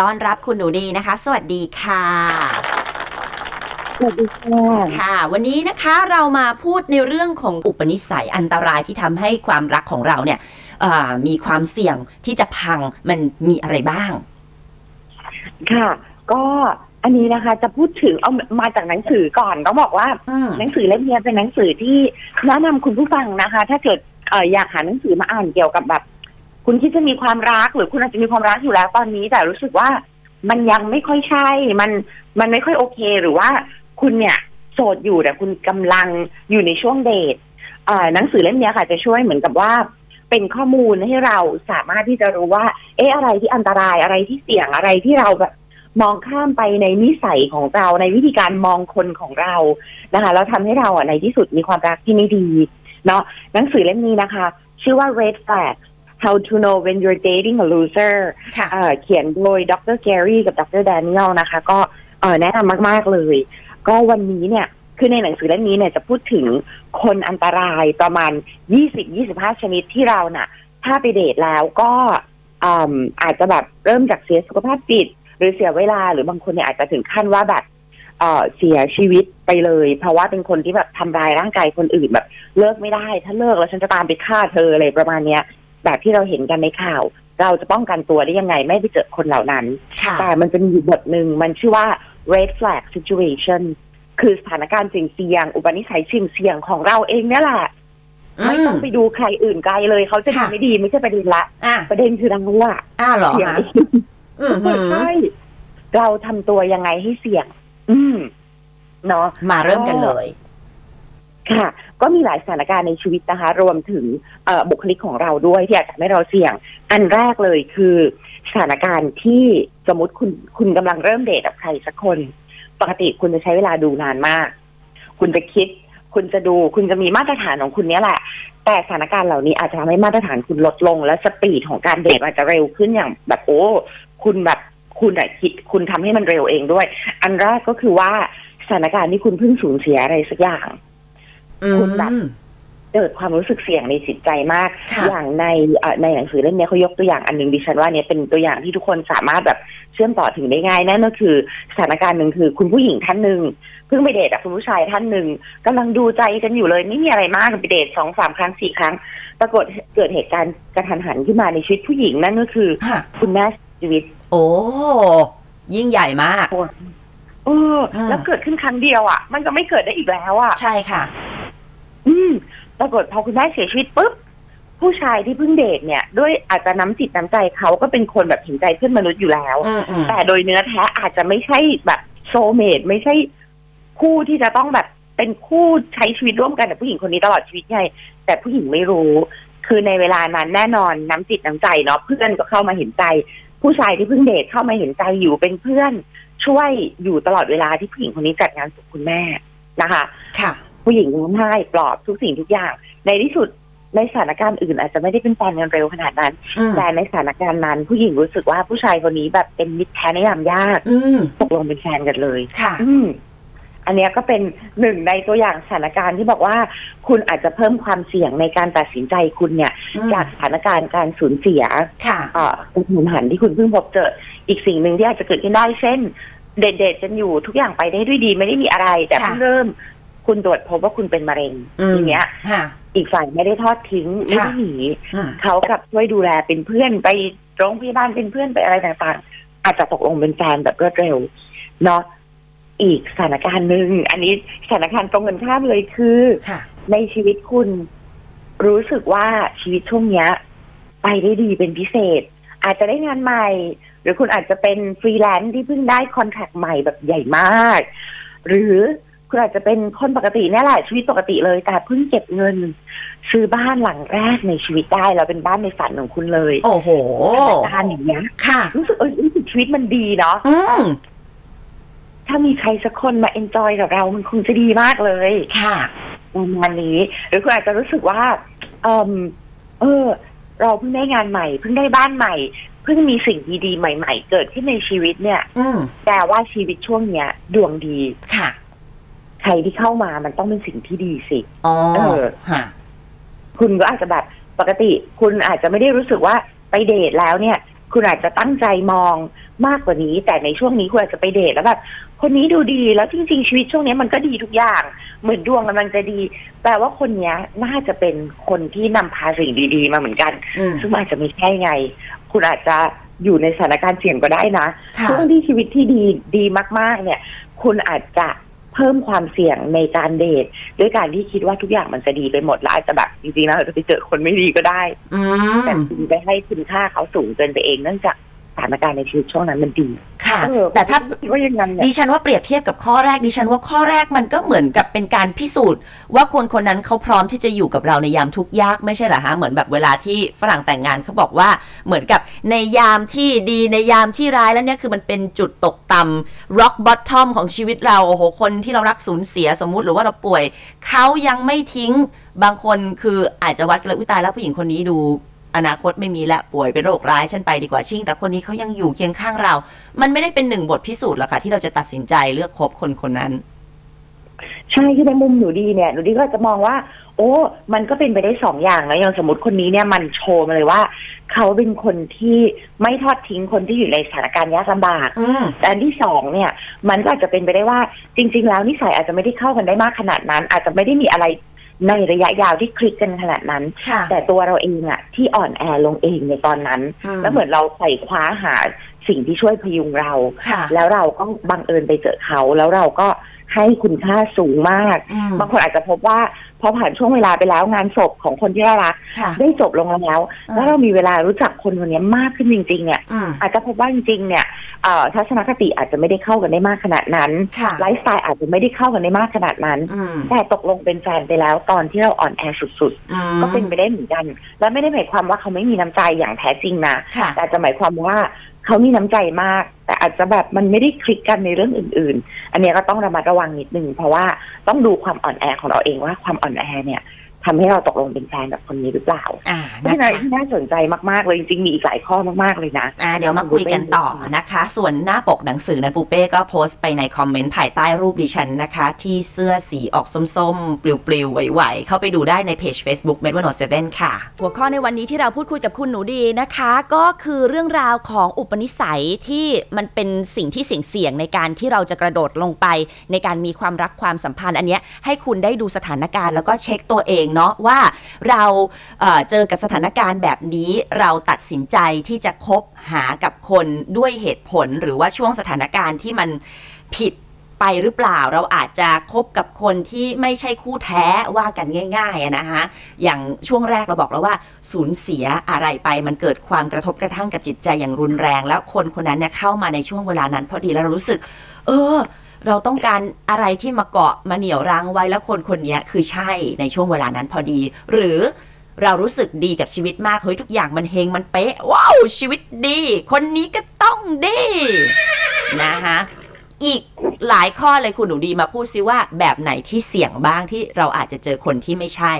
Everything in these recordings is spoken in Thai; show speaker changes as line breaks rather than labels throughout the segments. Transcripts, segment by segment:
ต้อนรับคุณหนูดีนะคะ สวัสดีค่ะ
สวัสดีค่ะ
ค่ะ วันนี้นะคะเรามาพูดในเรื่องของอุปนิสัยอันตรายที่ทำให้ความรักของเราเนี่ยเอ่อมีความเสี่ยงที่จะพังมันมีอะไรบ้าง
ค่ะ ก็อันนี้นะคะจะพูดถึงเอามาจากหนังสือก่อนต้องบอกว่า
อืม
หนังสือเล่มเนี้ยเป็นหนังสือที่แนะนำคุณผู้ฟังนะคะ ถ้าเกิดเอ่ออยากหาหนังสือมาอ่านเกี่ยวกับแบบ คุณคิดจะมีความรักหรือคุณอาจจะมีความรักอยู่แล้วตอนนี้ แต่รู้สึกว่ามันยังไม่ค่อยใช่ มันมันไม่ค่อยโอเค หรือว่าคุณเนี่ยโสดอยู่แต่คุณกำลังอยู่ในช่วงเดทเอ่อหนังสือเล่มเนี้ยค่ะ จะช่วยเหมือนกับว่า เป็นข้อมูลให้เราสามารถที่จะรู้ว่า เอ๊ะอะไรที่อันตรายอะไรที่เสี่ยงอะไรที่เราแบบ มองข้ามไปในนิสัยของเราในวิธีการมองคนของเรานะคะแล้วทำให้เราอ่ะในที่สุดมีความรักที่ไม่ดีเนาะหนังสือเล่มนี้นะคะ ชื่อว่า red flag how to know when you're dating a loser
ค่ะ
เอ่อเขียนโดยดรแกรี่กับดรแดเนียลนะคะ ก็เอ่อแนะนำมาก ๆ เลย ก็วันนี้เนี่ย คือในหนังสือเล่มนี้เนี่ยจะพูดถึงคนอันตรายประมาณ 20-25 ชนิดที่เราน่ะ ถ้าไปเดทแล้วก็อืมอาจจะแบบเริ่มจากเสียสุขภาพจิต หรือเสียเวลาหรือบางคนเนี่ยอาจจะถึงขั้นว่าแบบเอ่อเสียชีวิตไปเลย เพราะว่าเป็นคนที่แบบทำร้ายร่างกายคนอื่นแบบ เลิกไม่ได้ ถ้าเลิกแล้วฉันจะตามไปฆ่าเธออะไรประมาณเนี้ย แบบที่เราเห็นกันในข่าว เราจะป้องกันตัวได้ยังไงไม่ไปเจอคนเหล่านั้น
ค่ะ
แต่มันจะมีอยู่บทหนึ่งมันชื่อว่า red flag situation คือสถานการณ์สิ่งเสี่ยง อุปนิสัยสิ่งเสี่ยงของเราเองเนี่ยแหละ ไม่ต้องไปดูใครอื่นไกลเลย เขาจะดี
ค่ะ
ไม่ดีไม่ใช่ประเด็นละ
อ่ะ
ประเด็นคือเราอะ
อ้าวเหรอ
เสี่ยง
คะ
เอง
อือหือ
ใช่เราทำตัวยังไงให้เสี่ยง อืมเนาะ
มาเริ่มกันเลย
ค่ะ ก็มีหลายสถานการณ์ในชีวิตนะคะ รวมถึงเอ่อบุคลิกของเราด้วยที่อาจจะทำให้เราเสี่ยง อันแรกเลยคือสถานการณ์ที่สมมติคุณคุณกำลังเริ่มเดทกับใครสักคน ปกติคุณจะใช้เวลาดูนานมาก คุณจะคิด คุณจะดู คุณจะมีมาตรฐานของคุณเนี้ยแหละ แต่สถานการณ์เหล่านี้อาจจะทำให้มาตรฐานคุณลดลง และสปีดของการเดทอาจจะเร็วขึ้นอย่างแบบโอ้ คุณแบบคุณอะคิด คุณทำให้มันเร็วเองด้วย อันแรกก็คือว่าสถานการณ์ที่คุณเพิ่งสูญเสียอะไรสักอย่าง
อืม
คุณแบบ เกิดความรู้สึกเสี่ยงในจิตใจมาก
ค่ะ
อย่างในเอ่อในหนังสือเล่มเนี้ยเขายกตัวอย่างอันหนึงดิฉันว่าเนี่ยเป็นตัวอย่างที่ทุกคนสามารถแบบเชื่อมต่อถึงได้ง่ายนั่นก็คือสถานการณ์หนึ่งคือคุณผู้หญิงท่านหนึ่งเพิ่งไปเดทกับคุณผู้ชายท่านหนึ่งกำลังดูใจกันอยู่เลยไม่มีอะไรมากไปเดทสองสามครั้งสี่ครั้ง ปรากฏเกิดเหตุการณ์กระทันหันขึ้นมาในชีวิตผู้หญิงนั่นก็คือ
ค่ะ
คุณแม่เสียชีวิต
โอ้ยิ่งใหญ่มาก
เอออ
ม
แล้วเกิดขึ้นครั้งเดียวอ่ะ มันก็ไม่เกิดได้อีกแล้วอ่ะ
ใช่ค่ะ
อืมปรากฏพอคุณแม่เสียชีวิตปุ๊บผู้ชายที่เพิ่งเดทเนี่ย ด้วยอาจจะน้ำจิตน้ำใจเขาก็เป็นคนแบบเห็นใจเพื่อนมนุษย์อยู่แล้ว
อืมอืม
แต่โดยเนื้อแท้อาจจะไม่ใช่แบบโซเมดไม่ใช่คู่ที่จะต้องแบบเป็นคู่ใช้ชีวิตร่วมกันกับผู้หญิงคนนี้ตลอดชีวิตไงแต่ผู้หญิงไม่รู้ คือในเวลานั้นแน่นอนน้ำจิตน้ำใจเนาะเพื่อนก็เข้ามาเห็นใจ ผู้ชายที่เพิ่งเดทเข้ามาเห็นใจอยู่เป็นเพื่อน ช่วยอยู่ตลอดเวลาที่ผู้หญิงคนนี้จัดงานศพคุณแม่นะคะ
ค่ะ
ผู้หญิงร้องไห้ปลอบทุกสิ่งทุกอย่าง ในที่สุดในสถานการณ์อื่นอาจจะไม่ได้เป็นแฟนกันเร็วขนาดนั้น
อืม
แต่ในสถานการณ์นั้น ผู้หญิงรู้สึกว่าผู้ชายคนนี้แบบเป็นมิตรแท้ในยามยาก
อืม
ตกลงเป็นแฟนกันเลย
ค่ะ
อืมอันเนี้ยก็เป็นหนึ่งในตัวอย่างสถานการณ์ที่บอกว่า คุณอาจจะเพิ่มความเสี่ยงในการตัดสินใจคุณเนี่ย จากสถานการณ์การสูญเสีย
ค่ะ
เอ่ออุดหนุนหันที่คุณเพิ่งพบเจออีกสิ่งหนึ่งที่อาจจะเกิดขึ้นได้เช่น เดทๆกันอยู่ทุกอย่างไปได้ด้วยดีไม่ได้มีอะไร แต่
ค่ะ
เพิ่งเริ่ม คุณตรวจพบว่าคุณเป็นมะเร็ง
อืม
อย่างเงี้ย
ค่ะ
อีกฝ่ายไม่ได้ทอดทิ้งไม่ได้
ค่ะ
หนี
อืม
เขากลับช่วยดูแลเป็นเพื่อนไปโรงพยาบาลเป็นเพื่อนไปอะไรต่างๆ อาจจะตกลงเป็นแฟนแบบรวดเร็วเนาะอีกสถานการณ์หนึ่งอันนี้สถานการณ์ตรงกันข้ามเลยคือ
ค่ะ
ในชีวิตคุณรู้สึกว่าชีวิตช่วงเนี้ย ไปได้ดีเป็นพิเศษ อาจจะได้งานใหม่ หรือคุณอาจจะเป็นฟรีแลนซ์ที่เพิ่งได้คอนแทคใหม่แบบใหญ่มาก หรือคุณอาจจะเป็นคนปกติเนี่ยแหละชีวิตปกติเลย แต่เพิ่งเก็บเงิน ซื้อบ้านหลังแรกในชีวิตได้แล้วเป็นบ้านในฝันของคุณเลย
โอ้โห
สถานการณ์อย่างเงี้ย
ค่ะ
รู้สึกเออรู้สึกชีวิตมันดีเนาะ
อืม
ถ้ามีใครสักคนมาเอนจอยกับเรามันคงจะดีมากเลย
ค่ะ
ประมาณนี้หรือคุณอาจจะรู้สึกว่าเอมเออ เราเพิ่งได้งานใหม่ เพิ่งได้บ้านใหม่ เพิ่งมีสิ่งดีๆใหม่ ๆ เกิดขึ้นในชีวิตเนี่ย
อืม
แปลว่าชีวิตช่วงเนี้ย ดวงดี
ค่ะ
ใครที่เข้ามามันต้องเป็นสิ่งที่ดีสิ
อ๋อ
เออ
ค่ะ
คุณก็อาจจะแบบปกติ คุณอาจจะไม่ได้รู้สึกว่าไปเดทแล้วเนี่ย คุณอาจจะตั้งใจมองมากกว่านี้ แต่ในช่วงนี้คุณอาจจะไปเดทแล้วแบบคนนี้ดูดีแล้วจริงๆชีวิตช่วงนี้มันก็ดีทุกอย่าง เหมือนดวงกำลังจะดี แปลว่าคนเนี้ยน่าจะเป็นคนที่นำพาสิ่งดี ๆ มาเหมือนกัน
อืม
ซึ่งมันอาจจะไม่ใช่ไง คุณอาจจะอยู่ในสถานการณ์เสี่ยงก็ได้นะ
ค่ะ
ช่วงที่ชีวิตที่ดีดีมาก ๆ เนี่ย คุณอาจจะเพิ่มความเสี่ยงในการเดทด้วยการที่คิดว่าทุกอย่างมันจะดีไปหมดแล้วอาจจะแบบจริงๆแล้วอาจจะไปเจอคนไม่ดีก็ได้
อื
แต่
ม
คุณไปให้คุณค่าเขาสูงเกินไปเองเนื่องจากสถานการณ์ในชีวิตช่วงนั้นมันดี
ค่ะ
เออ
แต่ถ้า
คิดว่าอย่างนั้นเนี่ย
ดิฉันว่าเปรียบเทียบกับข้อแรกดิฉันว่าข้อแรกมันก็เหมือนกับเป็นการพิสูจน์ ว่าคนคนนั้นเขาพร้อมที่จะอยู่กับเราในยามทุกข์ยากไม่ใช่เหรอฮะเหมือนแบบเวลาที่ฝรั่งแต่งงานเขาบอกว่าเหมือนกับในยามที่ดีในยามที่ร้ายแล้วเนี่ยคือมันเป็นจุดตกต่ำ rock bottom ของชีวิตเราโอ้โหคนที่เรารักสูญเสียสมมุติหรือว่าเราป่วยเขายังไม่ทิ้งบางคนคืออาจจะวัดกันเลยอุยตายแล้วผู้หญิงคนนี้ดู อนาคตไม่มีและป่วยเป็นโรคร้ายฉันไปดีกว่าชิ่ง แต่คนนี้เขายังอยู่เคียงข้างเรา มันไม่ได้เป็นหนึ่งบทพิสูจน์หรอกค่ะที่เราจะตัดสินใจเลือกคบคนคนนั้น
ใช่คือในมุมหนูดีเนี่ยหนูดีก็จะมองว่า โอ้ มันก็เป็นไปได้สองอย่างนะอย่างสมมติคนนี้เนี่ยมันโชว์มาเลยว่า เขาเป็นคนที่ไม่ทอดทิ้งคนที่อยู่ในสถานการณ์ยากลำบาก
อืม
แต่อันที่สองเนี่ย มันก็อาจจะเป็นไปได้ว่า จริง ๆ แล้วนิสัยอาจจะไม่ได้เข้ากันได้มากขนาดนั้น อาจจะไม่ได้มีอะไรในระยะยาวที่คลิกกันขนาดนั้น
ค่ะ
แต่ตัวเราเองอะที่อ่อนแอลงเองในตอนนั้น แล้วเหมือนเราใส่คว้าหาสิ่งที่ช่วยพยุงเรา
ค่ะ
แล้วเราก็บังเอิญไปเจอเขา แล้วเราก็ให้คุณค่าสูงมาก
อืม
บางคนอาจจะพบว่าพอผ่านช่วงเวลาไปแล้วงานศพของคนที่เรารัก
ค่ะ
ได้จบลงแล้ว แล้วเรามีเวลารู้จักคนคนนี้มากขึ้นจริง ๆ เนี่ย
อืม
อาจจะพบว่าจริง ๆ เนี่ยเอ่อทัศนคติอาจจะไม่ได้เข้ากันได้มากขนาดนั้น
ค่ะ
ไลฟ์สไตล์อาจจะไม่ได้เข้ากันได้มากขนาดนั้น
อืม
แต่ตกลงเป็นแฟนไปแล้วตอนที่เราอ่อนแอสุด
อืม
ๆ ก็เป็นไปได้เหมือนกัน และไม่ได้หมายความว่าเขาไม่มีน้ำใจอย่างแท้จริงนะ
ค่ะ
แต่อาจจะหมายความว่าเขามีน้ำใจมาก แต่อาจจะแบบมันไม่ได้คลิกกันในเรื่องอื่น ๆ อันเนี้ยก็ต้องระมัดระวังนิดนึง เพราะว่าต้องดูความอ่อนแอของเราเองว่าความอ่อนแอเนี่ยทำให้เราตกลงเป็นแฟนกับคนนี้หรือเปล่า
อ่า
เพ
นะ
ราะฉะนั้น
คะ
ที่น่าสนใจมากๆเลยจริงๆมีอีกหลายข้อมากๆเลยนะ
อ่าเดี๋ยวมาคุยกันต่อนะคะ ส่วนหน้าปกหนังสือนั้นปูเป้ก็โพสต์ไปในคอมเมนต์ภายใต้รูปดิฉันนะคะ ที่เสื้อสีออกส้มๆ ปลิวๆไหวๆ เข้าไปดูได้ในเพจ Facebook m e d w a n o 7ค่ะ
หัวข้อในวันนี้ที่เราพูดคุยกับคุณหนูดีนะคะ ก็คือเรื่องราวของอุปนิสัยที่มันเป็นสิ่งที่เสี่ยงๆในการที่เราจะกระโดดลงไป ในการมีความรักความสัมพันธ์อันเนี้ยให้คุณได้ดูสถานการณ์แล้วก็เช็คตัวเองเนาะว่าเราเอ่อเจอกับสถานการณ์แบบนี้เราตัดสินใจที่จะคบหากับคนด้วยเหตุผล หรือว่าช่วงสถานการณ์ที่มันผิดไปหรือเปล่า เราอาจจะคบกับคนที่ไม่ใช่คู่แท้ว่ากันง่ายๆอะนะคะ อย่างช่วงแรกเราบอกแล้วว่าสูญเสียอะไรไปมันเกิดความกระทบกระทั่งกับจิตใจอย่างรุนแรง แล้วคนคนนั้นเนี่ยเข้ามาในช่วงเวลานั้น พอดีแล้วเรารู้สึก เออ เราต้องการอะไรที่มาเกาะมาเหนี่ยวรั้งไว้แล้วคนคนเนี้ยคือใช่ในช่วงเวลานั้นพอดี หรือเรารู้สึกดีกับชีวิตมากเฮ้ยทุกอย่างมันเฮงมันเป๊ะ ว้าว ชีวิตดี คนนี้ก็ต้องดีนะคะอีกหลายข้อเลยคุณหนูดีมาพูดซิว่าแบบไหนที่เสี่ยงบ้างที่เราอาจจะเจอคนที่ไม่ใช่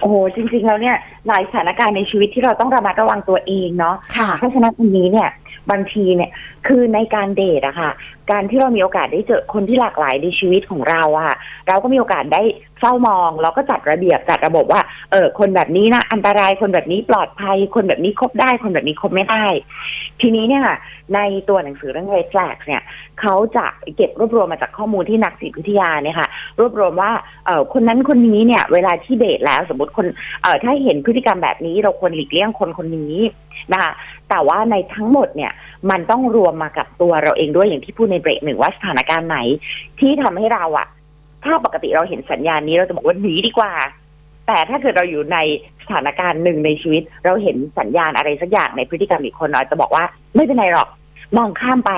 โอ้โหจริง ๆ แล้วเนี่ยหลายสถานการณ์ในชีวิตที่เราต้องระมัดระวังตัวเองเนาะ
ค่ะ
เพราะฉะนั้นตรงนี้เนี่ยบางทีเนี่ยคือในการเดทอะค่ะ การที่เรามีโอกาสได้เจอคนที่หลากหลายในชีวิตของเราอะค่ะเราก็มีโอกาสได้เฝ้ามองแล้วก็จัดระเบียบจัดระบบว่าเออคนแบบนี้นะอันตรายคนแบบนี้ปลอดภัย คนแบบนี้คบได้คนแบบนี้คบไม่ได้ ทีนี้เนี่ยในตัวหนังสือเรื่อง Red Flags เนี่ยเขาจะเก็บรวบรวมมาจากข้อมูลที่นักจิตวิทยาเนี่ยค่ะ รวบรวมว่าเออคนนั้นคนนี้เนี่ยเวลาที่เดทแล้วสมมติคนเออถ้าเห็นพฤติกรรมแบบนี้ เราควรหลีกเลี่ยงคนคนนี้นะคะ แต่ว่าในทั้งหมดเนี่ยมันต้องรวมมากับตัวเราเองด้วยอย่างที่พูดในเบรกหนึ่งว่าสถานการณ์ไหน ที่ทำให้เราอะถ้าปกติเราเห็นสัญญาณนี้เราจะบอกว่าหนีดีกว่า แต่ถ้าเกิดเราอยู่ในสถานการณ์หนึ่งในชีวิต เราเห็นสัญญาณอะไรสักอย่างในพฤติกรรมอีกคนเราอาจจะบอกว่าไม่เป็นไรหรอก มองข้ามไป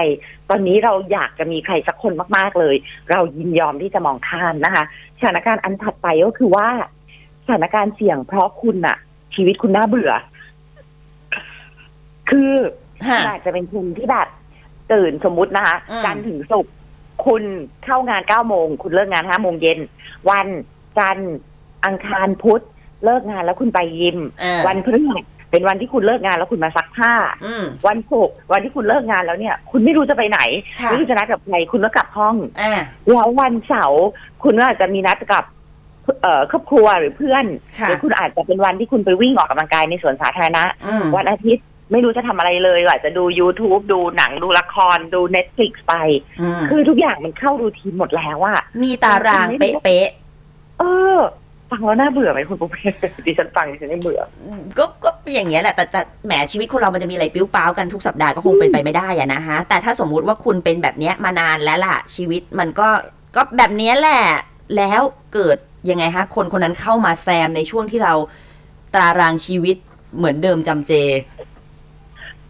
ตอนนี้เราอยากจะมีใครสักคนมาก ๆเลย เรายินยอมที่จะมองข้ามนะคะสถานการณ์อันถัดไปก็คือว่าสถานการณ์เสี่ยงเพราะคุณอะชีวิตคุณน่าเบื่อ คือ
ค่ะ
อาจจะเป็นคุณที่แบบตื่นสมมุตินะคะ
อืม
จันทร์ถึงศุกร์คุณเข้างานเก้าโมง คุณเลิกงานห้าโมงเย็น วันจันทร์อังคารพุธเลิกงานแล้วคุณไปยิม
เออ
วันพฤหัสเป็นวันที่คุณเลิกงานแล้วคุณมาซักผ้า
อืม
วันศุกร์วันที่คุณเลิกงานแล้วเนี่ย คุณไม่รู้จะไปไหน
ค่ะ
ไม่รู้จะนัดกับใครคุณก็กลับห้อง
อ่า
แล้ววันเสาร์คุณก็อาจจะมีนัดกับเอ่อครอบครัวหรือเพื่อนห
ค่ะ
รือคุณอาจจะเป็นวันที่คุณไปวิ่งออกกำลังกายในสวนสาธารณะ
อืม
วันอาทิตย์ ไม่รู้จะทำอะไรเลยอาจจะดู YouTube ดูหนังดูละครดู Netflix ไป
อืม
คือทุกอย่างมันเข้ารูทีนหมดแล้วอะ
มีตารางเป๊ะ
เออ ฟังแล้วน่าเบื่อไหมคุณปุ๊บ ดิฉันฟังดิฉันไม่เบื่อ
ๆอืมก็ก็อย่างเงี้ยแหละแต่แต่แหมชีวิตคนเรามันจะมีอะไรปิ้วป้าวกันทุกสัปดาห์ก็คงเป็นไปไม่ได้อะนะฮะ แต่ถ้าสมมุติว่าคุณเป็นแบบเนี้ยมานานแล้วล่ะ ชีวิตมันก็ก็แบบเนี้ยแหละ แล้วเกิดยังไงฮะ คนคนนั้นเข้ามาแซมในช่วงที่เราตารางชีวิตเหมือนเดิมจำเจ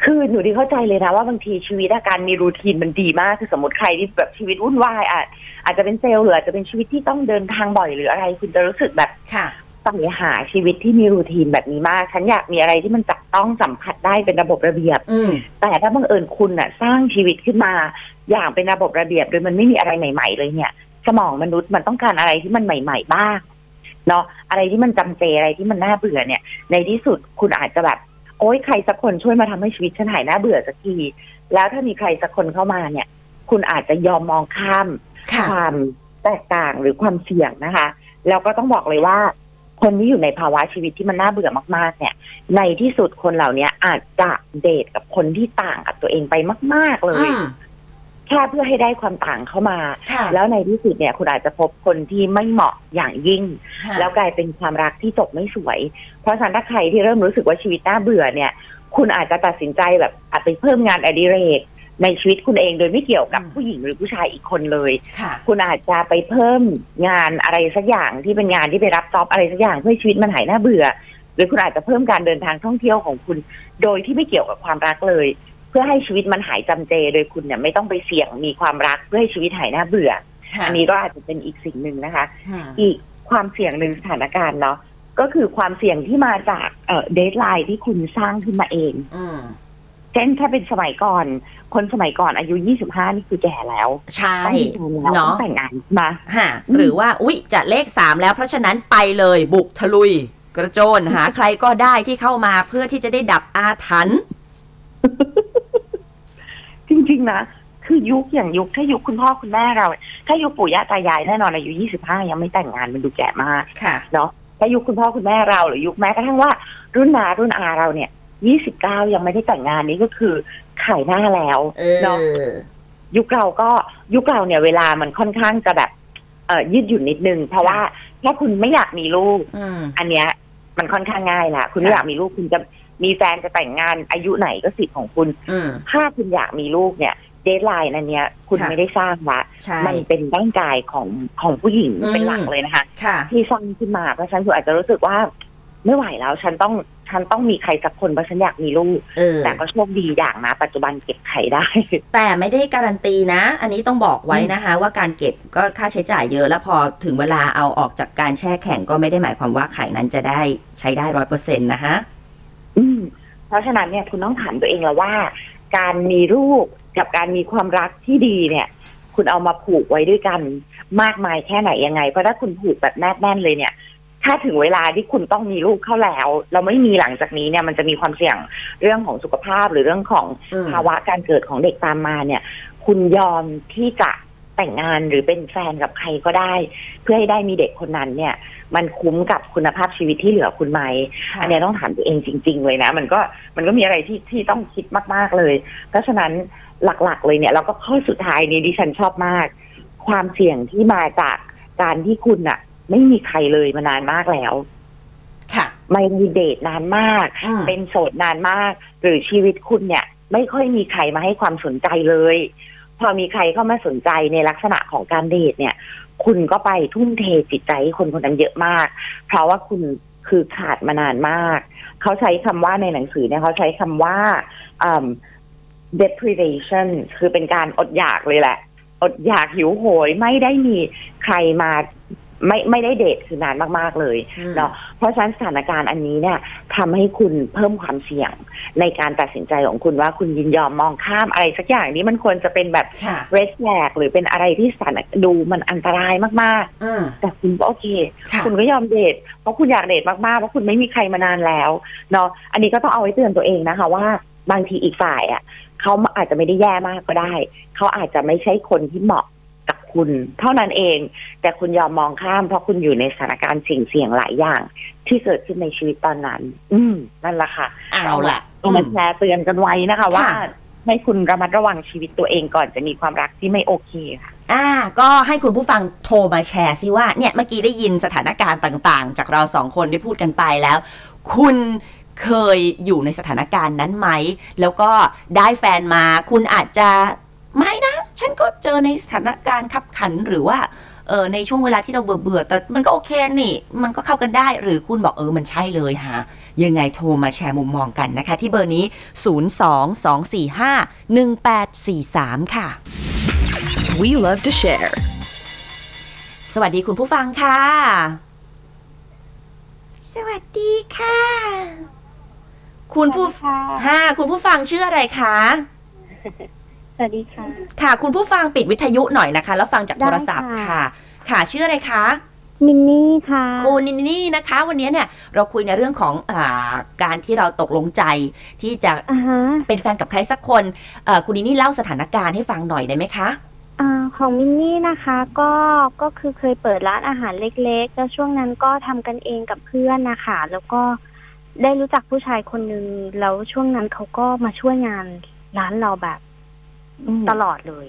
คือหนูดีเข้าใจเลยนะว่าบางทีชีวิตอาการมีรูทีนมันดีมาก คือสมมติใครที่แบบชีวิตวุ่นวายอ่ะอาจจะเป็นเซลล์หรืออาจจะเป็นชีวิตที่ต้องเดินทางบ่อยหรืออะไร คุณจะรู้สึกแบบ
ค่ะ
ใฝ่หาชีวิตที่มีรูทีนแบบนี้มาก ฉันอยากมีอะไรที่มันจับต้องสัมผัสได้เป็นระบบระเบียบ
อืม
แต่ถ้าบังเอิญคุณอ่ะ สร้างชีวิตขึ้นมาอย่างเป็นระบบระเบียบโดยมันไม่มีอะไรใหม่ ๆ เลยเนี่ย สมองมนุษย์มันต้องการอะไรที่มันใหม่ ๆ บ้างเนาะอะไรที่มันจำเจอะไรที่มันน่าเบื่อเนี่ย ในที่สุดคุณอาจจะแบบ โอ๊ยใครสักคนช่วยมาทำให้ชีวิตฉันหายน่าเบื่อสักที แล้วถ้ามีใครสักคนเข้ามาเนี่ย คุณอาจจะยอมมองข้าม
ค่ะ
ความแตกต่างหรือความเสี่ยงนะคะแล้วก็ต้องบอกเลยว่า คนที่อยู่ในภาวะชีวิตที่มันน่าเบื่อมากๆ เนี่ย ในที่สุดคนเหล่านี้อาจจะเดทกับคนที่ต่างกับตัวเองไปมาก ๆ เล
อื
ย
ม
แค่เพื่อให้ได้ความต่างเข้ามา
ค่ะ
แล้วในที่สุดเนี่ยคุณอาจจะพบคนที่ไม่เหมาะอย่างยิ่ง
ค่ะ
แล้วกลายเป็นความรักที่จบไม่สวย เพราะฉะนั้นถ้าใครที่เริ่มรู้สึกว่าชีวิตน่าเบื่อเนี่ย คุณอาจจะตัดสินใจแบบอาจไปเพิ่มงานอดิเรก ในชีวิตคุณเองโดยไม่เกี่ยวกับผู้หญิงหรือผู้ชายอีกคนเลย
ค่ะ
คุณอาจจะไปเพิ่มงานอะไรสักอย่างที่เป็นงานที่ไปรับจ็อบอะไรสักอย่างเพื่อให้ชีวิตมันหายหน้าเบื่อ หรือคุณอาจจะเพิ่มการเดินทางท่องเที่ยวของคุณ โดยที่ไม่เกี่ยวกับความรักเลย เพื่อให้ชีวิตมันหายจำเจ โดยคุณเนี่ยไม่ต้องไปเสี่ยงมีความรักเพื่อให้ชีวิตหายหน้าเบื่อ
ค่ะ
อันนี้ก็อาจจะเป็นอีกสิ่งหนึ่งนะคะ
อืม
อีกความเสี่ยงหนึ่งสถานการณ์เนาะก็คือความเสี่ยงที่มาจากเดทไลน์ที่คุณสร้างขึ้นมาเอง
อืม
เช่นถ้าเป็นสมัยก่อน คนสมัยก่อนอายุ 25 นี่คือแก่แล้ว
ใช่
ต้องมีแฟนแล้วต้
เนาะ
องแต่งงานมา
ฮะหรือว่า อุ๊ย จะเลขสามแล้ว เพราะฉะนั้นไปเลยบุกทะลุย กระโจนหา ใครก็ได้ที่เข้ามาเพื่อที่จะได้ดับอาถรรพ์
จริงๆนะ คือยุคอย่างยุคถ้ายุคคุณพ่อคุณแม่เรา ถ้ายุคปู่ย่าตายายแน่นอนอายุ 25 ยังไม่แต่งงานมันดูแก่มาก
ค่ะ
เนาะถ้ายุคคุณพ่อคุณแม่เราหรือยุคแม้กระทั่งว่า รุ่นนารุ่นอาเราเนี่ย 29 ยังไม่ได้แต่งงานนี่ก็คือขายหน้าแล้ว
เอ
เนาะ
อ
ยุคเราก็ยุคเราเนี่ยเวลามันค่อนข้างจะแบบเอ่อยืดหยุ่นนิดนึง เพราะว่าถ้าคุณไม่อยากมีลูก
อืม
อันเนี้ยมันค่อนข้างง่ายละคุณไม่
ค่ะ
อยากมีลูกคุณจะมีแฟนจะแต่งงานอายุไหนก็สิทธิ์ของคุณ
อืม
ถ้าคุณอยากมีลูกเนี่ยเดทไลน์นันเนี้ยคุณ
ค่ะ
ไม่ได้สร้างละ
ใช่
มันเป็นร่างกายของของผู้หญิง
อืม
เป็นหลักเลยนะคะ
ค่ะ
ที่สร้างขึ้นมาเพราะฉะนันคุณอาจจะรู้สึกว่า ไม่ไหวแล้วฉันต้องฉันต้องมีใครสักคนเพราะฉันอยากมีลูก
เออ
แต่ก็โชคดีอย่างนะ ปัจจุบันเก็บไข่ได้
แต่ไม่ได้การันตีนะ อันนี้ต้องบอกไว้นะคะ ว่าการเก็บก็ค่าใช้จ่ายเยอะ แล้วพอถึงเวลาเอาออกจากการแช่แข็งก็ไม่ได้หมายความว่าไข่นั้นจะได้ใช้ได้ร้อยเปอร์เซ็นต์นะคะ
อืมเพราะฉะนั้นเนี่ยคุณต้องถามตัวเองแล้วว่า การมีลูกกับการมีความรักที่ดีเนี่ย คุณเอามาผูกไว้ด้วยกันมากมายแค่ไหนยังไง เพราะถ้าคุณผูกแบบแนบแน่นเลยเนี่ย ถ้าถึงเวลาที่คุณต้องมีลูกเข้าแล้ว เราไม่มีหลังจากนี้เนี่ยมันจะมีความเสี่ยงเรื่องของสุขภาพหรือเรื่องของ
อืม
ภาวะการเกิดของเด็กตามมาเนี่ย คุณยอมที่จะแต่งงานหรือเป็นแฟนกับใครก็ได้ เพื่อให้ได้มีเด็กคนนั้นเนี่ย มันคุ้มกับคุณภาพชีวิตที่เหลือคุณไหม
ค่ะ
อันเนี้ยต้องถามตัวเองจริง ๆ เลยนะ มันก็มันก็มีอะไรที่ที่ต้องคิดมาก ๆ เลย เพราะฉะนั้นหลักๆ เลยเนี่ยเราก็ข้อสุดท้ายนี้ดิฉันชอบมาก ความเสี่ยงที่มาจากการที่คุณอะไม่มีใครเลยมานานมากแล้ว
ค่ะ
ไม่มีเดทนานมาก
อืม
เป็นโสดนานมาก หรือชีวิตคุณเนี่ย ไม่ค่อยมีใครมาให้ความสนใจเลย พอมีใครเข้ามาสนใจในลักษณะของการเดทเนี่ย คุณก็ไปทุ่มเทจิตใจให้คนคนนั้นเยอะมาก เพราะว่าคุณคือขาดมานานมาก เขาใช้คำว่าในหนังสือเนี่ยเขาใช้คำว่าอืม deprivation คือเป็นการอดอยากเลยแหละ อดอยากหิวโหยไม่ได้มีใครมาไม่ไม่ได้เดทคือนานมากๆเลย เนาะเพราะฉะนั้นสถานการณ์อันนี้เนี่ยทำให้คุณเพิ่มความเสี่ยงในการตัดสินใจของคุณว่าคุณยินยอมมองข้ามอะไรสักอย่างนี้มันควรจะเป็นแบบ
ค่ะ
red flag หรือเป็นอะไรที่สถานดูมันอันตรายมาก
อืม
ๆ แต่คุณก็โอเค
ค่ะ
คุณก็ยอมเดทเพราะคุณอยากเดทมากๆเพราะคุณไม่มีใครมานานแล้วเนาะอันนี้ก็ต้องเอาไว้เตือนตัวเองนะคะ ว่าบางทีอีกฝ่ายอ่ะเขาอาจจะไม่ได้แย่มากก็ได้ เขาอาจจะไม่ใช่คนที่เหมาะกับคุณ เท่านั้นเอง แต่คุณยอมมองข้าม เพราะคุณอยู่ในสถานการณ์เสี่ยงๆหลายอย่าง ที่เกิดขึ้นในชีวิตตอนนั้น อืมนั่นแหละค่ะ
เอาล่ะ
เอามา
อืม
แชร์เตือนกันไว้นะคะ ว่า
ค่ะ
ให้คุณระมัดระวังชีวิตตัวเองก่อนจะมีความรักที่ไม่โอเคค่ะ
อ่าก็ให้คุณผู้ฟังโทรมาแชร์ซิว่าเนี่ยเมื่อกี้ได้ยินสถานการณ์ต่างๆ จากเราสองคนได้พูดกันไปแล้ว คุณเคยอยู่ในสถานการณ์นั้นไหม แล้วก็ได้แฟนมา คุณอาจจะไม่นะ ฉันก็เจอในสถานการณ์ขับขันหรือว่าเออในช่วงเวลาที่เราเบื่อเบื่อๆแต่มันก็โอเคนี่ มันก็เข้ากันได้หรือคุณบอกเออมันใช่เลยฮะ ยังไงโทรมาแชร์มุมมองกันนะคะ ที่เบอร์นี้ 022451843 ค่ะ
We love to share.
สวัสดีคุณผู้ฟังค่ะ สวัสดีค่ะ คุณผู้ค่ะคุณผู้ฟังชื่ออะไรคะ
สวัสดีค่ะ
ค่ะ คุณผู้ฟังปิดวิทยุหน่อยนะคะ แล้วฟังจากโทรศัพท์
ได้ค่ะ
ค่ะ ค่ะชื่ออะไรคะ
มินนี่ค่ะ
คุณนินนี่นะคะ วันนี้เนี่ยเราคุยในเรื่องของอาการที่เราตกลงใจที่จะ
อ่าฮะ
เป็นแฟนกับใครสักคนเอ่อคุณนินนี่เล่าสถานการณ์ให้ฟังหน่อยได้ไหมคะ
อ่าของมินนี่นะคะก็ก็คือเคยเปิดร้านอาหารเล็กๆ แล้วช่วงนั้นก็ทำกันเองกับเพื่อนนะคะแล้วก็ได้รู้จักผู้ชายคนนึงแล้วช่วงนั้นเขาก็มาช่วยงานร้านเราแบบ
อืม
ตลอดเลย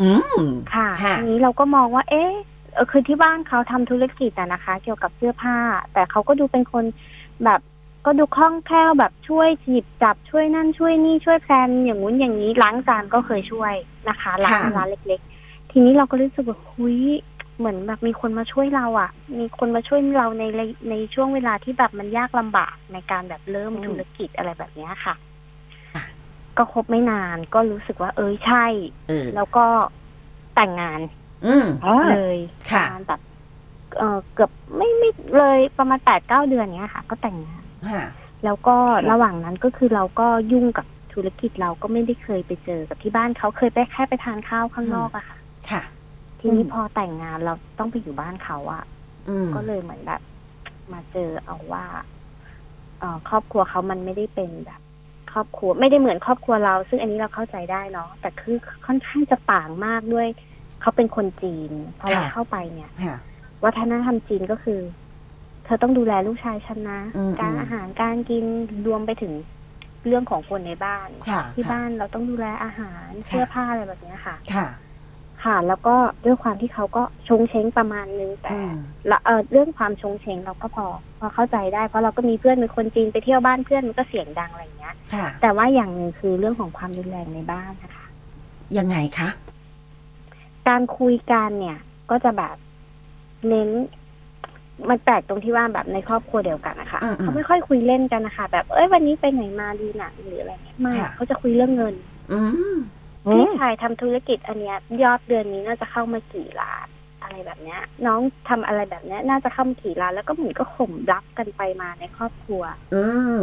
อืม
ค่ะ
ค่ะ
ทีนี้เราก็มองว่า เอ๊ะเอ่อคือที่บ้านเขาทำธุรกิจอะนะคะ เกี่ยวกับเสื้อผ้า แต่เขาก็ดูเป็นคนแบบก็ดูคล่องแคล่วแบบช่วยหยิบจับช่วยนั่นช่วยนี่ช่วยแพลนอย่างงู้นอย่างนี้ล้างจานก็เคยช่วยนะคะร้าน
ค่ะ
ร้านเล็ก ๆ ทีนี้เราก็รู้สึกว่าคุยเหมือนแบบมีคนมาช่วยเราอะ่ะ มีคนมาช่วยเราในระยในช่วงเวลาที่แบบมันยากลำบากในการแบบเริ่ม
อืม
ธุรกิจอะไรแบบเนี้ยค่ะ ก็คบไม่นานก็รู้สึกว่า เอยใช่
เออ
แล้วก็แต่งงาน
อืม
เลย
ค่ะ
ประมาณแบบเอ่อเกือบไม่ไม่เลยประมาณแปดเก้าเดือนเนี้ยค่ะ ก็แต่งงาน
ค่ะ
แล้วก็
ครับ
ระหว่างนั้นก็คือเราก็ยุ่งกับธุรกิจเราก็ไม่ได้เคยไปเจอกับที่บ้านเขาเคยไปแค่ไปทานข้าวข้างนอกอะค่ะ
ค่ะ
ทีนี้พอแต่งงานเราต้องไปอยู่บ้านเขาอะ
อืม
ก็เลยเหมือนแบบ มาเจอเอาว่าเอ่อครอบครัวเขามันไม่ได้เป็นแบบ ครอบครัวไม่ได้เหมือนครอบครัวเรา ซึ่งอันนี้เราเข้าใจได้เนาะแต่คือค่อนข้างจะต่างมากด้วยเขาเป็นคนจีนพอเราเข้าไปเนี่ย
ค่ะ
วัฒนธรรมจีนก็คือ เธอต้องดูแลลูกชายฉันนะ
อืม
การ
อืม
อาหารการกินรวมไปถึงเรื่องของคนในบ้าน
ค่ะ
ที่
ค่ะ
บ้านเราต้องดูแลอาหาร
ค่ะ
เสื้อผ้าอะไรแบบเนี้ยค่ะ
ค่ะ
ค่ะ แล้วก็ด้วยความที่เขาก็ชงเชงประมาณนึงแต่
อืม
ละเอ่อเรื่องความชงเชงเราก็พอ พอเข้าใจได้เพราะเราก็มีเพื่อนเป็นคนจีนไปเที่ยวบ้านเพื่อนมันก็เสียงดังอะไรอย่างเงี้ย
ค่ะ
แต่ว่าอย่างหนึ่งคือเรื่องของความรุนแรงในบ้านนะคะ
ยังไงคะ
การคุยกันเนี่ย ก็จะแบบเน้น มันแปลกตรงที่ว่าแบบในครอบครัวเดียวกันนะคะ
อืมๆ
เขาไม่ค่อยคุยเล่นกันนะคะแบบเอ้ยวันนี้ไปไหนมาดีหนังหรืออะไรเงี้ยไม่
ค่ะ
เขาจะคุยเรื่องเงิน
อืม
พี่ชายทำธุรกิจอันเนี้ย ยอดเดือนนี้น่าจะเข้ามากี่ล้านอะไรแบบเนี้ย น้องทำอะไรแบบเนี้ย น่าจะเข้ามากี่ล้านแล้วก็เหมือนก็ข่มรับกันไปมาในครอบครัว
อืม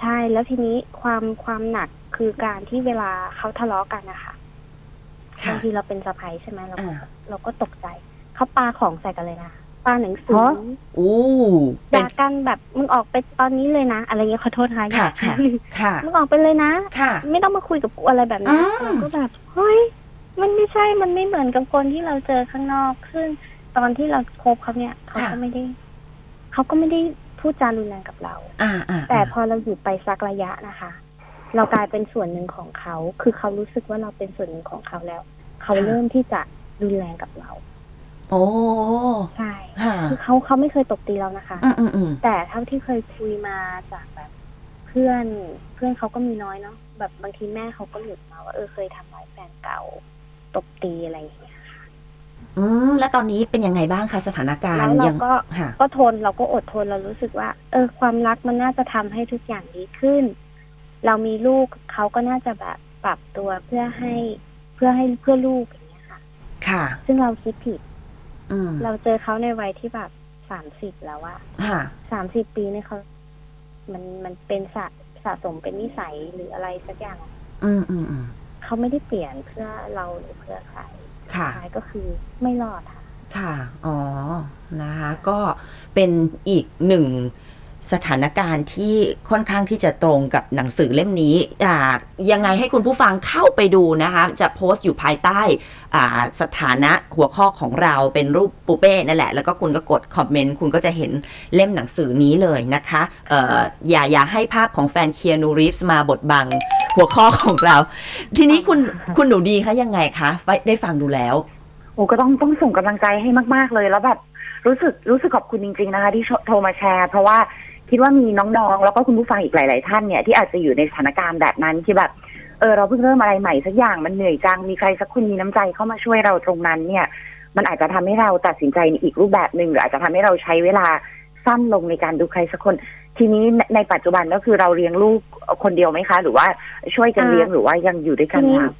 ใช่แล้วทีนี้ความความหนักคือการที่เวลาเขาทะเลาะกันนะคะบา
ค่ะ
งทีเราเป็นสะพ้ายใช่ไหมเราก็
อ่า
เราก็ตกใจเขาปาของใส่กันเลยนะปาหนังสือ
ฮะ
อู้ เป็น
ด่ากันแบบมึงออกไปตอนนี้เลยนะ อะไรเงี้ยขอโทษค่ะ
ค่ะค่ะ ค่ะ
มึงออกไปเลยนะ
ค่ะ
ไม่ต้องมาคุยกับกูอะไรแบบ
อื
นี้
ม
เราก็แบบเฮ้ยมันไม่ใช่มันไม่เหมือนกับคนที่เราเจอข้างนอกซึ่งตอนที่เราคบเขาเนี่ยเขาก็ไม่ได้เขาก็ไม่ได้พูดจารุนแรงกับเรา
อ่าอ่า
แต่พอเราอยู่ไปสักระยะนะคะ เรากลายเป็นส่วนหนึ่งของเขา คือเขารู้สึกว่าเราเป็นส่วนหนึ่งของเขาแล้ว เขาเริ่มที่จะรุนแรงกับเรา
โอ้
ใช่
ค่ะ
คือเขาเขาไม่เคยตบตีเรานะคะ
อืมอืมอืม
แต่เท่าที่เคยคุยมาจากแบบ เพื่อนเพื่อนเขาก็มีน้อยเนาะแบบบางทีแม่เขาก็หลุดมาว่าเออเคยทำร้ายแฟนเก่าตบตีอะไรอย่างเงี้ย
อืม แล้วตอนนี้เป็นยังไงบ้างคะสถานการ
แล้ว
ณ์
เรา
ยัง
ก็
ค่ะ
ก็ทนเราก็อดทนเรารู้สึกว่า เออ ความรักมันน่าจะทำให้ทุกอย่างดีขึ้น เรามีลูกเขาก็น่าจะแบบปรับตัวเพื่อให้เพื่อให้เพื่อลูกอย่างเงี้ยค่ะ
ค่ะ
ซึ่งเราคิดผิด
อืม
เราเจอเขาในวัยที่แบบสามสิบแล้วอะ
ค่ะ
สามสิบปีเนี่ยเขา มันมันเป็นสะสะสมเป็นนิสัยหรืออะไรสักอย่าง
อืมอืมอืม
เขาไม่ได้เปลี่ยนเพื่อเราหรือเพื่อใคร
ค่ะ
ท้ายก็คือไม่รอดค่ะ
ค่ะ อ๋อ นะคะ ก็เป็นอีกหนึ่ง สถานการณ์ที่ค่อนข้างที่จะตรงกับหนังสือเล่มนี้อ่ายังไงให้คุณผู้ฟังเข้าไปดูนะคะ จะโพสต์อยู่ภายใต้อ่าสถานะหัวข้อของเราเป็นรูปปูเป้นั่นแหละ แล้วก็คุณก็กดคอมเมนต์คุณก็จะเห็นเล่มหนังสือนี้เลยนะคะเอ่ออย่าอย่าให้ภาพของแฟนเคียนูรีฟส์มาบดบังหัวข้อของเรา ทีนี้คุณคุณหนูดีคะยังไงคะได้ฟังดูแล้ว
โอ้ก็ต้องต้องส่งกำลังใจให้มาก ๆ เลยแล้วแบบรู้สึกรู้สึกขอบคุณจริง ๆ นะคะ ที่โทรโทรมาแชร์ เพราะว่าคิดว่ามีน้องๆ แล้วก็คุณผู้ฟังอีกหลาย ๆ ท่านเนี่ยที่อาจจะอยู่ในสถานการณ์แบบนั้นที่แบบเออเราเพิ่งเริ่มอะไรใหม่สักอย่างมันเหนื่อยจังมีใครสักคนมีน้ำใจเข้ามาช่วยเราตรงนั้นเนี่ย มันอาจจะทำให้เราตัดสินใจในอีกรูปแบบหนึ่งหรืออาจจะทำให้เราใช้เวลาสั้นลงในการดูใครสักคน ทีนี้ในในปัจจุบันก็คือเราเลี้ยงลูกคนเดียวไหมคะ หรือว่าช่วยกันเลี้ยงหรือว่ายังอยู่ด้วยกันคะ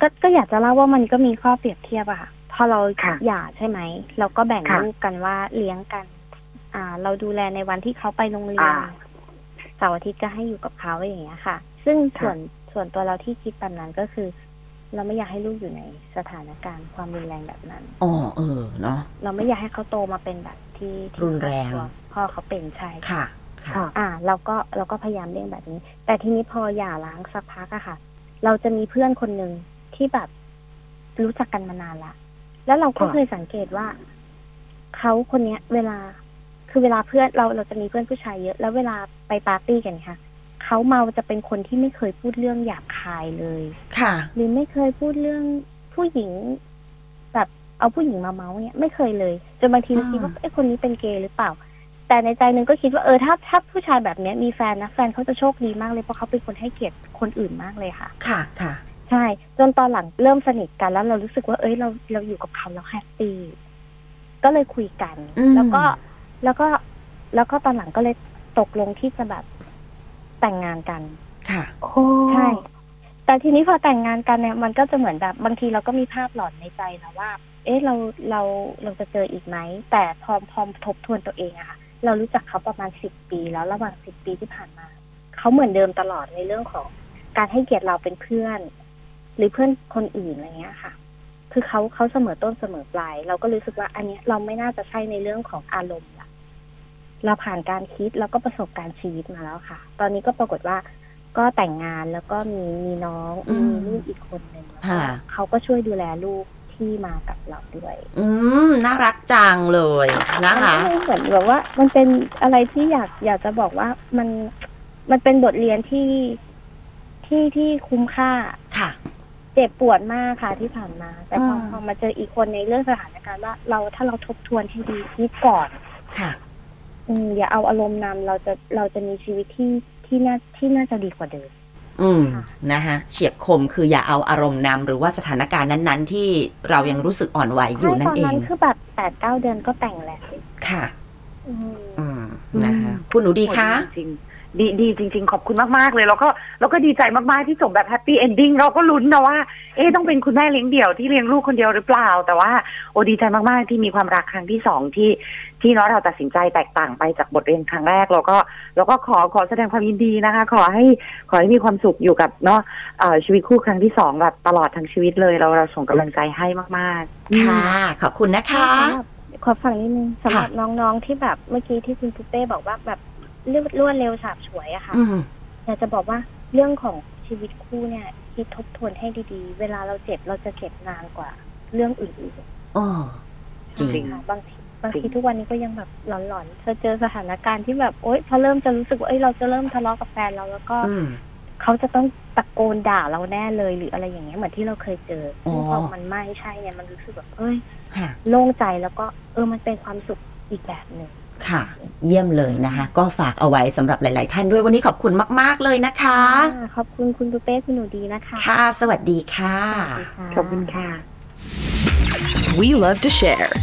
ก็ก็อยากจะเล่าว่ามันก็มีข้อเปรียบเทียบอะค่ะ พอเรา
ค่ะ
หย่าใช่ไหมเราก็แบ่ง
ค่ะ
ลูกกันว่าเลี้ยงกัน อ่า เราดูแลในวันที่เขาไปโรงเรียน
อ่า
เสาร์อาทิตย์ก็ให้อยู่กับเขาอย่างเงี้ยค่ะ ซึ่ง
ค่ะ
ส่วนส่วนตัวเราที่คิดแบบนั้นก็คือ เราไม่อยากให้ลูกอยู่ในสถานการณ์ความรุนแรงแบบนั้น
อ๋อเออเนาะ
เราไม่อยากให้เขาโตมาเป็นแบบที่ที่
รุนแรง
คอบควพ่อเขาเป็นใช่
ค่ะ ค่ะ
อ่าเราก็เราก็พยายามเลี่ยงแบบนี้ แต่ทีนี้พอหย่าร้างสักพักอะค่ะ เราจะมีเพื่อนคนหนึ่งที่แบบรู้จักกันมานานละแล้วเราก็
ค่ะ
เคยสังเกตว่าเขาคนเนี้ย เวลาคือเวลาเพื่อนเราเราจะมีเพื่อนผู้ชายเยอะ แล้วเวลาไปปาร์ตี้กันค่ะเขาเมาจะเป็นคนที่ไม่เคยพูดเรื่องหยาบคายเลย
ค่ะ
หรือไม่เคยพูดเรื่องผู้หญิง แบบเอาผู้หญิงมาเมาส์เนี่ยไม่เคยเลยจนบางทีเรา
อ่า
คิดว่าไอ้ยคนนี้เป็นเกย์หรือเปล่า แต่ในใจหนึ่งก็คิดว่าเออถ้าถ้าผู้ชายแบบเนี้ยมีแฟนนะแฟนเขาจะโชคดีมากเลยเพราะเขาเป็นคนให้เกียรติคนอื่นมากเลยค่ะ
ค่ะ ค่ะ
ใช่ จนตอนหลังเริ่มสนิทกันแล้วเรารู้สึกว่าเอ้ยเราเราอยู่กับเขาแล้วแฮปปี้ก็เลยคุยกัน
อืม
แล้วก็แล้วก็แล้วก็ตอนหลังก็เลยตกลงที่จะแบบแต่งงานกัน
ค่ะ
ใช่ แต่ทีนี้พอแต่งงานกันเนี่ยมันก็จะเหมือนแบบบางทีเราก็มีภาพหลอนในใจนะว่า เอ๊ะเราเราเราจะเจออีกไหม แต่พอพอทบทวนตัวเองอะค่ะ เรารู้จักเขาประมาณสิบปีแล้วระหว่างสิบปีที่ผ่านมา เขาเหมือนเดิมตลอดในเรื่องของการให้เกียรติเราเป็นเพื่อน หรือเพื่อนคนอื่นอะไรเงี้ยค่ะ คือเขาเขาเสมอต้นเสมอปลาย เราก็รู้สึกว่า อันเนี้ยเราไม่น่าจะใช่ในเรื่องของอารมณ์ละเราผ่านการคิดแล้วก็ประสบการณ์ชีวิตมาแล้วค่ะ ตอนนี้ก็ปรากฏว่าก็แต่งงานแล้วก็มีมีน้อง
อืม
มีลูกอีกคนหนึ่งแล้วก็
ค่ะ
เขาก็ช่วยดูแลลูกที่มากับเราด้วย
อืม น่ารักจังเลยนะ
มั
คะ
ก็เลยเหมือนแบบว่า มันเป็นอะไรที่อยากอยากจะบอกว่ามันมันเป็นบทเรียนที่ที่ที่คุ้มค่า
ค่ะ
เจ็บปวดมากค่ะที่ผ่านมา แต่พอ
อืม
พอมาเจออีกคนในเรื่องสถานการณ์ว่า เราถ้าเราทบทวนให้ดีคิดก่อน
ค่ะ
อืมอย่าเอาอารมณ์นำเราจะเราจะมีชีวิตที่ที่น่าที่น่าจะดีกว่าเดิม
อืม
ค่ะ
นะคะเฉียบคมคืออย่าเอาอารมณ์นำหรือว่าสถานการณ์นั้นๆ ที่เรายังรู้สึกอ่อนไหวอยู่นั่
ตอน น
เอ
นั้
ง
นคือแบบแปดเก้าเดือนก็แต่งแล้ว
ค่ะ
อืม
อืม นะคะ คุณหนูดีคะ
จริงๆดีดีจริง ๆ ขอบคุณมาก ๆ เลยแล้วก็แล้วก็ดีใจมาก ๆ ที่จบแบบแฮปปี้เอนดิ้งเราก็ลุ้นนะว่า เอ๊ะต้องเป็นคุณแม่เลี้ยงเดี่ยวที่เลี้ยงลูกคนเดียวหรือเปล่า แต่ว่าโอ้ดีใจมาก ๆ ที่มีความรักครั้งที่สองที่ที่เนาะเราตัดสินใจแตกต่างไปจากบทเรียนครั้งแรกแล้วก็แล้วก็ขอขอแสดงความยินดีนะคะ ขอให้ขอให้มีความสุขอยู่กับเนาะเอ่อชีวิตคู่ครั้งที่สองแบบตลอดทั้งชีวิตเลยเราเราส่งกำลังใจให้มาก ๆ
ค่ะ ขอบคุณนะคะ
สำหรับขอฝากนิดนึงสำหรับน้องๆที่แบบเมื่อกี้ที่คุณปุ๊เป้บอกว่าแบบรวดรวดเร็วฉาบฉวยอะค่ะ
อืม
อยากจะบอกว่าเรื่องของชีวิตคู่เนี่ยคิดทบทวนให้ดีๆ เวลาเราเจ็บเราจะเจ็บนานกว่าเรื่องอื่น
อ๋อ
ๆ
จริง
ใช่ค่ะบางทีบาง
จริ
ที
ง
ทุกวันนี้ก็ยังแบบหลอนๆเธอเจอสถานการณ์ที่แบบโอ๊ยพอเริ่มจะรู้สึกว่าเอ้ยเราจะเริ่มทะเลาะกับแฟนเราแล้วก็
อืม
เขาจะต้องตะโกนด่าเราแน่เลยหรืออะไรอย่างเงี้ยเหมือนที่เราเคยเจอซึ่งพอ
อ
มันไม่ใช่เนี่ยมันรู้สึกแบบเอ้ย
ค่ะ
โล่งใจแล้วก็เออมันเป็นความสุขอีกแบบหนึ่ง
ค่ะ เยี่ยมเลยนะคะ ก็ฝากเอาไว้สำหรับหลาย ๆ ท่านด้วยวันนี้ขอบคุณมาก ๆ เลยนะคะ
อ่าขอบคุณคุณปูเป้คุณหนูดีนะคะ
ค่ะ สวัสดีค่ะ
สวัสดีค่ะ
ขอบคุณค่ะ
We love to share.